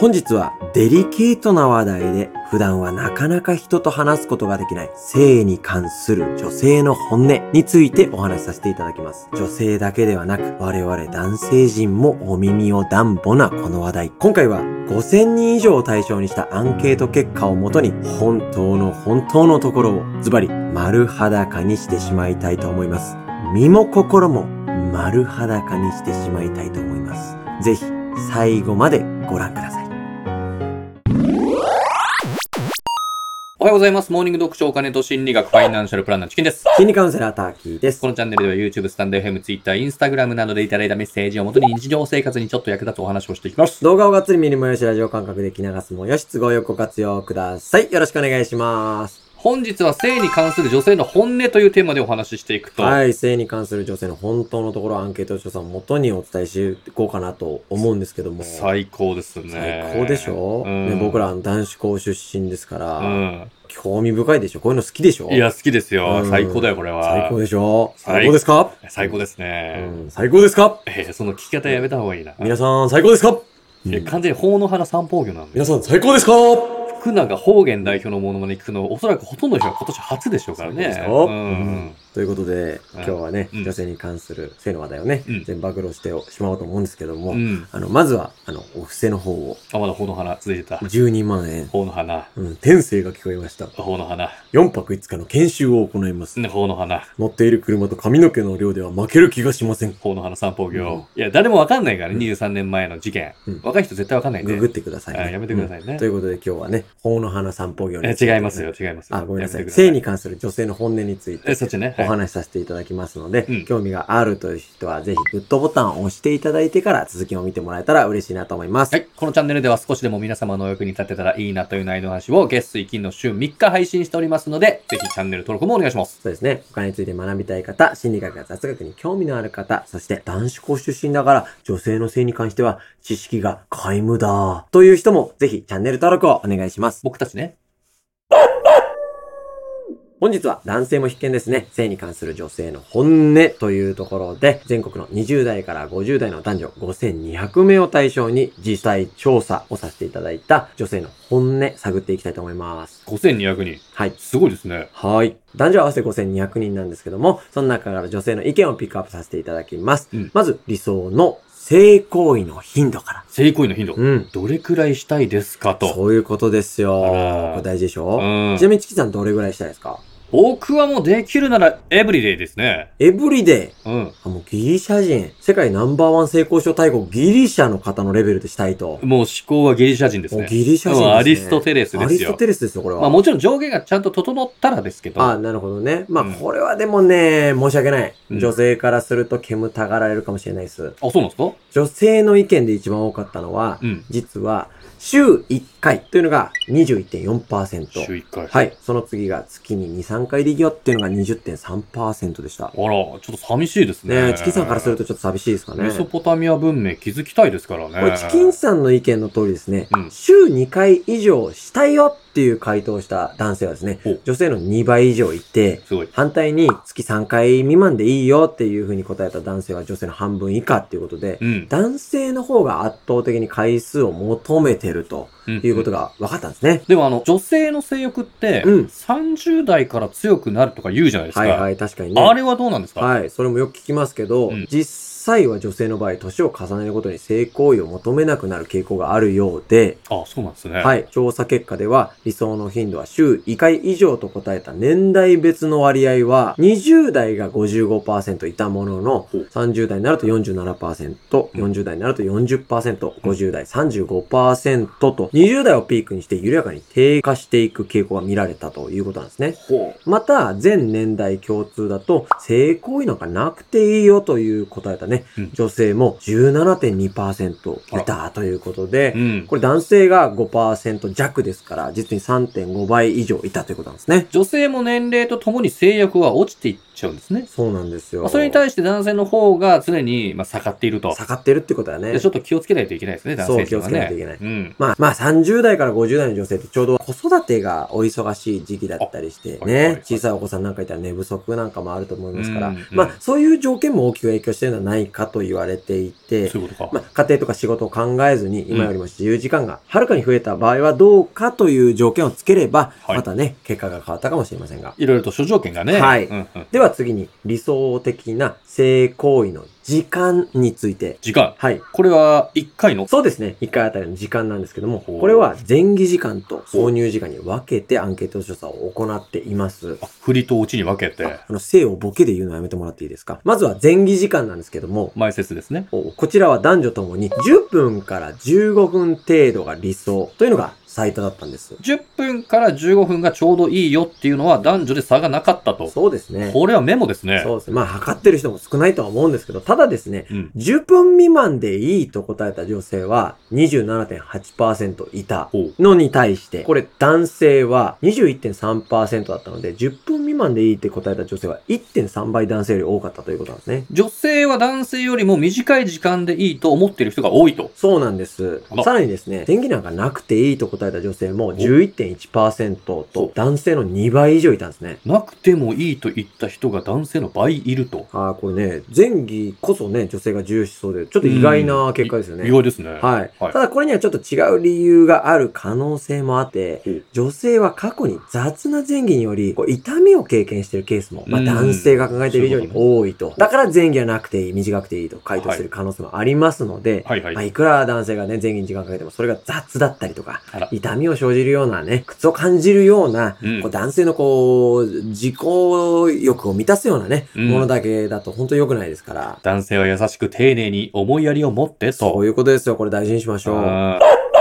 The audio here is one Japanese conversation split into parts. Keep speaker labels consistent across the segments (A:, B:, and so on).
A: 本日はデリケートな話題で普段はなかなか人と話すことができない性に関する女性の本音についてお話しさせていただきます。女性だけではなく我々男性陣もお耳を暖房なこの話題。今回は5000人以上を対象にしたアンケート結果をもとに本当の本当のところをズバリ丸裸にしてしまいたいと思います。身も心も丸裸にしてしまいたいと思います。ぜひ最後までご覧ください。
B: おはようございます。モーニング読書お金と心理学ファイナンシャルプランナーチキンです。
A: 心理カウンセラーターキーです
B: こ。のチャンネルでは YouTube、スタンド FM、Twitter、Instagram などでいただいたメッセージをもとに日常生活にちょっと役立つお話をしていきます。
A: 動画をがっつり見るもよし、ラジオ感覚で聞き流すもよし、都合よくご活用ください。よろしくお願いします。
B: 本日は性に関する女性の本音というテーマでお話ししていくと、
A: はい、性に関する女性の本当のところをアンケート調査をもとにお伝えしていこうかなと思うんですけども。
B: 最高ですね。
A: 最高でしょ、
B: うん
A: ね、僕らあの男子校出身ですから、
B: うん。
A: 興味深いでしょこういうの好きでしょ
B: いや、好きですよ。
A: うん
B: 最高だよ、これは。
A: 最高でしょ
B: 最
A: 最高ですか、
B: 最高です
A: う
B: ね。
A: ん、最高ですか
B: えーその聞き方やめた方がいいな。
A: 皆さん最高ですか、
B: え
A: うん
B: 完全に法の花三宝魚なんで。
A: 皆さん最高ですか
B: 福永方言代表のものまね聞くの、おそらくほとんどの人が今年初でしょうから
A: そうで
B: ね
A: す。よ
B: うん
A: ということで、
B: う
A: 今
B: ん
A: 日はね、
B: うん
A: 女性に関する性の話題をね、
B: うん
A: 全部暴露してしまおうと思うんですけども、
B: うん。
A: あの、まずは、あの、お布施の方を、
B: あ、まだ法の花続いてた。
A: 12万円、
B: 法の花。
A: うん、天性が聞こえました。
B: 法の花。
A: 4泊5日の研修を行います。
B: 法の花。
A: 乗っている車と髪の毛の量では負ける気がしません。
B: 法の花散歩業。いや、誰もわかんないからね、
A: うん
B: 23年前の事件
A: うん。
B: 若い人絶対わかんないんで。
A: ググってください、
B: あやめてくださ
A: い、
B: いね
A: とい。うことで今日はね、法の花散歩業に
B: え
A: つてね
B: 違いますよ、。違いますよ。
A: あ、ごめんなさ
B: や
A: い。
B: めてくだ
A: 性に関する女性の本音につい
B: え、
A: て
B: そっちね。
A: お
B: はい
A: 話しさせていただきますので、
B: うん
A: 興味があるという人はぜひグッドボタンを押していただいてから続きを見てもらえたら嬉しいなと思います。
B: はい。このチャンネルでは少しでも皆様のお役に立てたらいいなという内容の話を月水金の週3日配信しておりますので、ぜひチャンネル登録もお願いします。
A: そうですね。お金について学びたい方、心理学や雑学に興味のある方、そして男子校出身だから女性の性に関しては知識が皆無だ。という人もぜひチャンネル登録をお願いします。
B: 僕たちね。
A: 本日は男性も必見ですね。性に関する女性の本音というところで、全国の20代から50代の男女5200名を対象に実際調査をさせていただいた女性の本音探っていきたいと思います。
B: 5200人。
A: はい。
B: すごいですね。
A: はい。男女合わせて5200人なんですけども、その中から女性の意見をピックアップさせていただきます。
B: うん
A: まず、理想の性行為の頻度から。
B: 性行為の頻度。
A: うん。
B: どれくらいしたいですかと。
A: そういうことですよ。
B: あ
A: こ
B: ら
A: れ大事でし
B: う
A: ょ、
B: ん
A: ちなみにチキさんどれぐらいしたいですか
B: 僕はもうできるならエブリデイですね。
A: エブリデイ。
B: うん。
A: あもうギリシャ人。世界ナンバーワン性交渉大国、ギリシャの方のレベルでしたいと。
B: もう思考はギリシャ人です
A: もう
B: ね。
A: ギリシャ人です、ね
B: うんアリストテレス
A: ア
B: で
A: リ
B: す
A: スト
B: よ。
A: テレスですよ、これは。
B: まあもちろん上下がちゃんと整ったらですけど。
A: あ、なるほどね。まあ、
B: うん
A: これはでもね、申し訳ない。
B: うん
A: 女性からすると煙たがられるかもしれないです。
B: あそうなんですか
A: 女性の意見で一番多かったのは、
B: うん。
A: 実は、週1回というのが
B: 週
A: 21.4%。
B: 1回。
A: はい。その次が月に2、3回でいいよっていうのが20.3%でした
B: あ。ら、ちょっと寂しいですね。
A: ねえ、チキンさんからするとちょっと寂しいですかね
B: メ。ソポタミア文明築きたいですからね。
A: これ、チキンさんの意見の通りですね、
B: うん
A: 週2回以上したいよっていう回答をした男性はですね
B: お、
A: 女性の2倍以上いて、
B: すごい。
A: 反対に月3回未満でいいよっていうふうに答えた男性は女性の半分以下っていうことで、
B: うん。
A: 男性の方が圧倒的に回数を求めてると
B: うん
A: いうこと
B: が。
A: が分かったんですね。
B: でもあの、女性の性欲って、
A: うん
B: 30代から強くなるとか言うじゃないですか。
A: はいはい、確かにね。
B: あれはどうなんですか、
A: はい、それもよく聞きますけど、
B: うん
A: 実際は女性の場合、年を重ねるごとに性行為を求めなくなる傾向があるようで、
B: あ、そうなんですね。
A: はい、調査結果では、理想の頻度は週2回以上と答えた年代別の割合は、20代が55%いたものの、
B: ほう
A: 30代になると47%、
B: うん
A: 40代になると40%、50代35%と、20代をピークにして緩やかに低下していく傾向が見られたということなんですね。
B: ほ
A: また、全年代共通だと、性行為なんかなくていいよという答えたね、
B: うん
A: 女性も17.2%いたということで、
B: う。うん。
A: これ男性が5%弱ですから、実に3.5倍以上いたということなんですね。
B: 女性も年齢とともに性欲は落ちていっちゃうんですね。
A: そうなんです
B: ま
A: よ。
B: あそれに対して男性の方が常に、まあ、下がっていると。
A: 下がってるってことはね
B: で。ちょっと気をつけないといけないですね、男性っていうのはね。
A: そう気をつけないとい
B: うん。
A: まあまあ30代から50代の女性ってちょうど子育てがお忙しい時期だったりして
B: あはいはいは
A: ね
B: い、
A: 小さいお子さんなんかいたら寝不足なんかもあると思いますか
B: う
A: ら
B: んうん、
A: まあそういう条件も大きく影響してるのはないかと言われていて、
B: そういうことか。
A: まあ、家庭とか仕事を考えずに、今よりも自由時間がはるかに増えた場合はどうかという条件をつければ、
B: はい
A: またね、結果が変わったかもしれませんが。
B: いろいろと諸条件がね。
A: はい
B: うんうん。
A: では次に、理想的な性行為の時間について。
B: 時間。
A: はい。
B: これは1回の
A: そうですね。1回あたりの時間なんですけども、
B: ほう
A: これは前儀時間と挿入時間に分けてアンケート調査を行っています。
B: あ振りと落ちに分けて、
A: あの、性をボケで言うのはやめてもらっていいですかまずは前儀時間なんですけども、
B: 前説ですね。
A: おこちらは男女ともに10分から15分程度が理想というのがサイトだったんです。
B: 10分から15分がちょうどいいよっていうのは男女で差がなかったと。
A: そうですね。
B: これはメモですね。
A: そうですね。まあ、測ってる人も少ないとは思うんですけど、ただですね、
B: うん。
A: 10分未満でいいと答えた女性は27.8%いた
B: ほう。
A: のに対して、これ男性は21.3%だったので、10分未満でいいって答えた女性は1.3倍男性より多かったということなんですね。
B: 女性は男性よりも短い時間でいいと思っている人が多いと。
A: そうなんです
B: あら。
A: さらにですね、電気なんかなくていいと答えた女性も11.1%
B: そう
A: と男性の2倍以上いたんですね。
B: なくてもいいと言った人が男性の倍いると。
A: ああ、これね、前儀こそね、女性が重視そうで、ちょっと意外な結果ですよね。
B: 意外ですね。
A: はい。
B: はい
A: ただこれにはちょっと違う理由がある可能性もあって
B: ほう、
A: 女性は過去に雑な前儀により、こう痛みを経験してるケースも、まあ
B: うん
A: 男性が考えている以上に
B: そうい
A: 多いと。だから前儀はなくていい、短くていいと回答してる可能性もありますので、
B: はいはい。
A: まあ、いくら男性がね、前儀に時間かけても、それが雑だったりとか
B: あら、
A: 痛みを生じるようなね、苦痛を感じるような、
B: うん
A: こう男性のこう、自己欲を満たすようなね、
B: うん
A: ものだけだと本当良くないですから。
B: 男性は優しく丁寧に思いやりを持って
A: そ
B: と。
A: ういうことですよ。これ大事にしましょう。
B: あー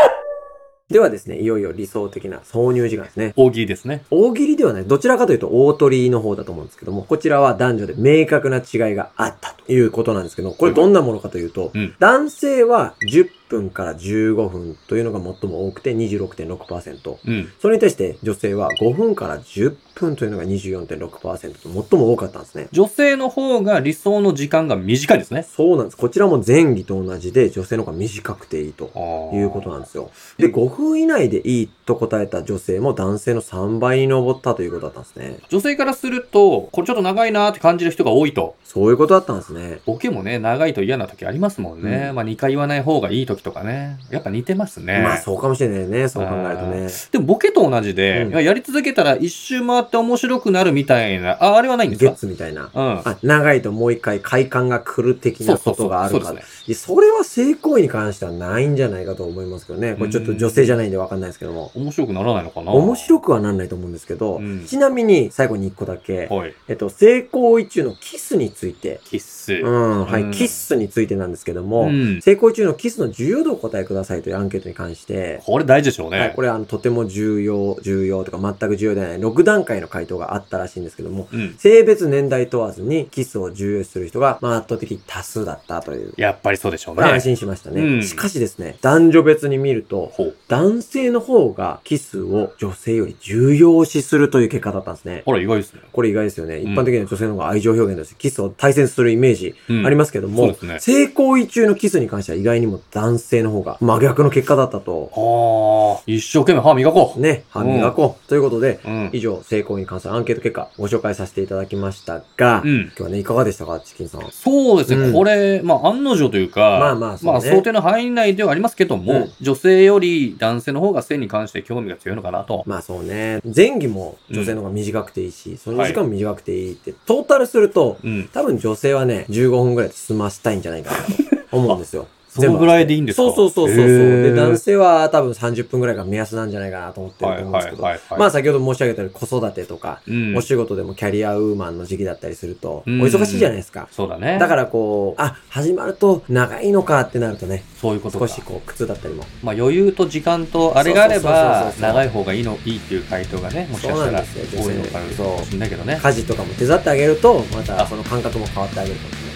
A: ではですね、いよいよ理想的な挿入時間ですね。
B: 大喜利ですね。
A: 大喜利ではない、どちらかというと大鳥の方だと思うんですけども、こちらは男女で明確な違いがあったということなんですけども、これどんなものかというと、
B: うん
A: 男性は10分から15分というのが最も多くて26.6%。
B: うん。
A: それに対して女性は5分から10分というのが24.6%と最も多かったんですね。
B: 女性の方が理想の時間が短いですね。
A: そうなんです。こちらも前儀と同じで女性の方が短くていいと。いうことなんですよ。で、5分以内でいいと答えた女性も男性の3倍に上ったということだったんですね。
B: 女性からすると、これちょっと長いなーって感じる人が多いと。
A: そういうことだったんですね。
B: ボケもね、長いと嫌な時ありますもんね。
A: う
B: まあ2回言わない方がいい時とかね。やっぱ似てますね。
A: まあそうかもしれないね。そう考えるとね。
B: でもボケと同じで、
A: うん
B: やり続けたら一周回って面白くなるみたいな、ああれはないんです
A: ゲッ
B: か
A: ツみたいな。
B: うん。
A: あ、長いともう一回快感が来る的なことがある
B: そう
A: か
B: ですね。
A: いやそれは性行為に関してはないんじゃないかと思いますけどね。これちょっと女性じゃないんでわかんないですけども。
B: 面白くならないのかな
A: 面白
B: く
A: くはなんないと思うんですけど、
B: うん
A: ちなみに最後に1個だけ、
B: はい。
A: えっと、性行為中のキスについて、
B: キッス。
A: う、
B: うん
A: は
B: う
A: い、
B: ん
A: キッスについてなんですけども、
B: ん。
A: 成功中のキスの重要度をお答えくださいというアンケートに関して、
B: これ大事でしょうね。
A: はい、これはあのとても重要、重要とか全く重要ではない6段階の回答があったらしいんですけども、
B: うん。
A: 性別、年代問わずにキスを重要視する人が、まあ、圧倒的多数だったという。
B: やっぱりそうでしょう
A: これは安心
B: ね。
A: しましたね、
B: うん
A: しかしですね、男女別に見ると、
B: ほう。
A: 男性の方がキスを女性より重要視するという結果だったんですね。
B: ほら、意外ですね。
A: これ意外ですよね。
B: ん
A: 一般的には女性の方が愛情表現としてキスを大切にするイメージあり
B: ま
A: ますけども、
B: そうですね。
A: 性行為中のキスに関しては意外にも男性の方が真逆の結果だったと。
B: ああ、一生懸命歯磨こ
A: ね、歯磨こう。ということで、
B: う。うん。
A: 以上、性行為に関するアンケート結果ご紹介させていただきましたが、
B: う
A: 今
B: ん。
A: 日はね、いかがでしたか、チキンさん。は
B: そうですね、
A: うん
B: これ、まあ、案の定というか、
A: まあまあそうね
B: 想定の範囲内ではありますけども、
A: うん
B: 女性より男性の方が性に関して興味が強いのかなと。
A: まあそうね、前儀も女性の方が短くていいし、その時間も短くていいって、トータルすると、
B: うん。。
A: 多分女性はね、15分ぐらいで済ましたいんじゃないかなと思うんですよ
B: そのぐらいでいいんですか
A: そうそうそうそうそう。
B: へー
A: で、男性は多分30分ぐらいが目安なんじゃないかなと思ってると思うんですけど、
B: はい
A: まあ先ほど申し上げたように子育てとか、
B: うん
A: お仕事でもキャリアウーマンの時期だったりすると、
B: うん
A: お忙しいじゃないですか。
B: そうだね。
A: だからこう、あ、始まると長いのかってなるとね、
B: そういうこと
A: 少
B: か。
A: しこう苦痛だったりも。
B: まあ、余裕と時間とあれがあ
A: そ
B: れ
A: うそうそう
B: ば
A: そ、うそう
B: 長い方がいいの、いいっていう回答がね、もしかし
A: そ
B: たら
A: うなんですよ
B: 多いのか
A: そう
B: もしれないけどね。
A: 家事とかも手伝ってあげると、ま
B: あ
A: たその感覚も変わってあげるかもしれない。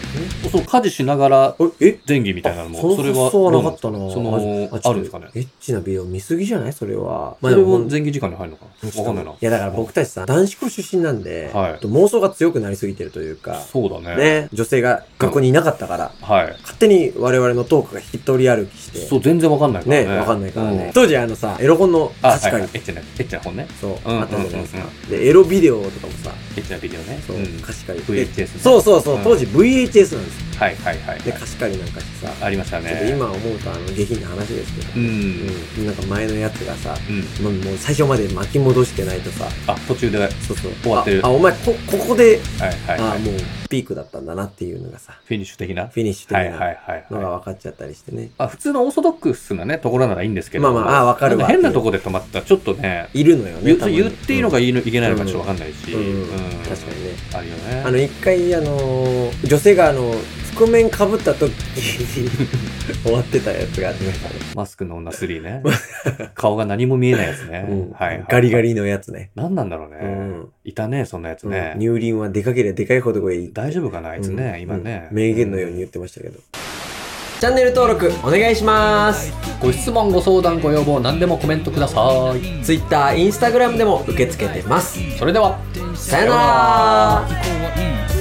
B: そう、家事しながら
A: え
B: 前儀みたいな
A: あ
B: のも、
A: その
B: それは
A: 発想は
B: どう
A: な
B: な
A: か
B: ん
A: っ
B: です
A: た
B: か、
A: な
B: その、あるんですかね。
A: エッチなビデオ見すぎじゃないそれは。
B: それも
A: 全
B: 前儀時間に入るのかなわかんないな。
A: いやだから僕たちさ、男子校出身なんで、
B: はい
A: ちょっと妄想が強くなりすぎてるというか、
B: そうだね。
A: ね、女性が学校にいなかったから、
B: はい。
A: 勝手に我々のトークが一人歩きして、
B: そう、全然わかんないから
A: ね、
B: ね。
A: わかんないからね。
B: うん
A: 当時あのさ、エロ本の
B: あ、
A: 貸し
B: はい
A: 借
B: はい。エ
A: り、
B: ッチな、エッチな本ね。
A: そう、
B: うん
A: あったじゃないですか。で、エロビデオとかもさ、
B: エッチなビデオね。
A: そう、
B: ん
A: 貸し借り。で
B: VHS ね。
A: そうそうそう、
B: ん
A: 当時 VHS なんですよ。
B: はいはいはいはい。
A: で、貸し借りなんかしてさ、
B: ありました
A: ちょっと
B: ね。
A: 今思うとあの下品な話ですけど、
B: うん。
A: うんなんか前のやつがさ、
B: うん。
A: もうもう最初まで巻き戻してないとさ、
B: あ、途中で、はい
A: そうそう。
B: 終わってる
A: あ、あお前、こ、ここで、
B: はい
A: あ
B: はい。
A: もうピークだったんだなっていうのがさ、
B: フィニッシュ的な。
A: フィニッシュ
B: はい
A: 的
B: はいは
A: ないの
B: はい。
A: が分かっちゃったりしてね。
B: あ、普通のオーソドックスなね、ところならいいんですけど。
A: まあまああ分かるわ
B: なん変なとこで止まったら、ちょっとね、
A: いるのよね。
B: 言う
A: たまに
B: 言っていいのか
A: うん
B: 言いのいけないのかちょっとわかんないし。
A: うん
B: うん
A: 確かにね。
B: あるよね。
A: あの、一回、あのー女性が、あのー覆面被った時に 終わってたやつがありましたね。
B: マスクの女3ね。 顔が何も見えないやつね。
A: うん
B: はい。
A: ガリガ
B: リ。
A: リのやつね。
B: 何なんだろうね。
A: うん
B: いたね、そんなやつね。
A: うん乳輪はでかければでかいほどがいい。
B: 大丈夫かな、あいつね、
A: うん
B: 今ね、
A: うん名言のように言ってましたけど。チャンネル登録お願いします。
B: ご質問、ご相談、ご要望、何でもコメントください。
A: Twitter、Instagram でも受け付けてます。
B: それでは、
A: さよなら
C: 以降はいい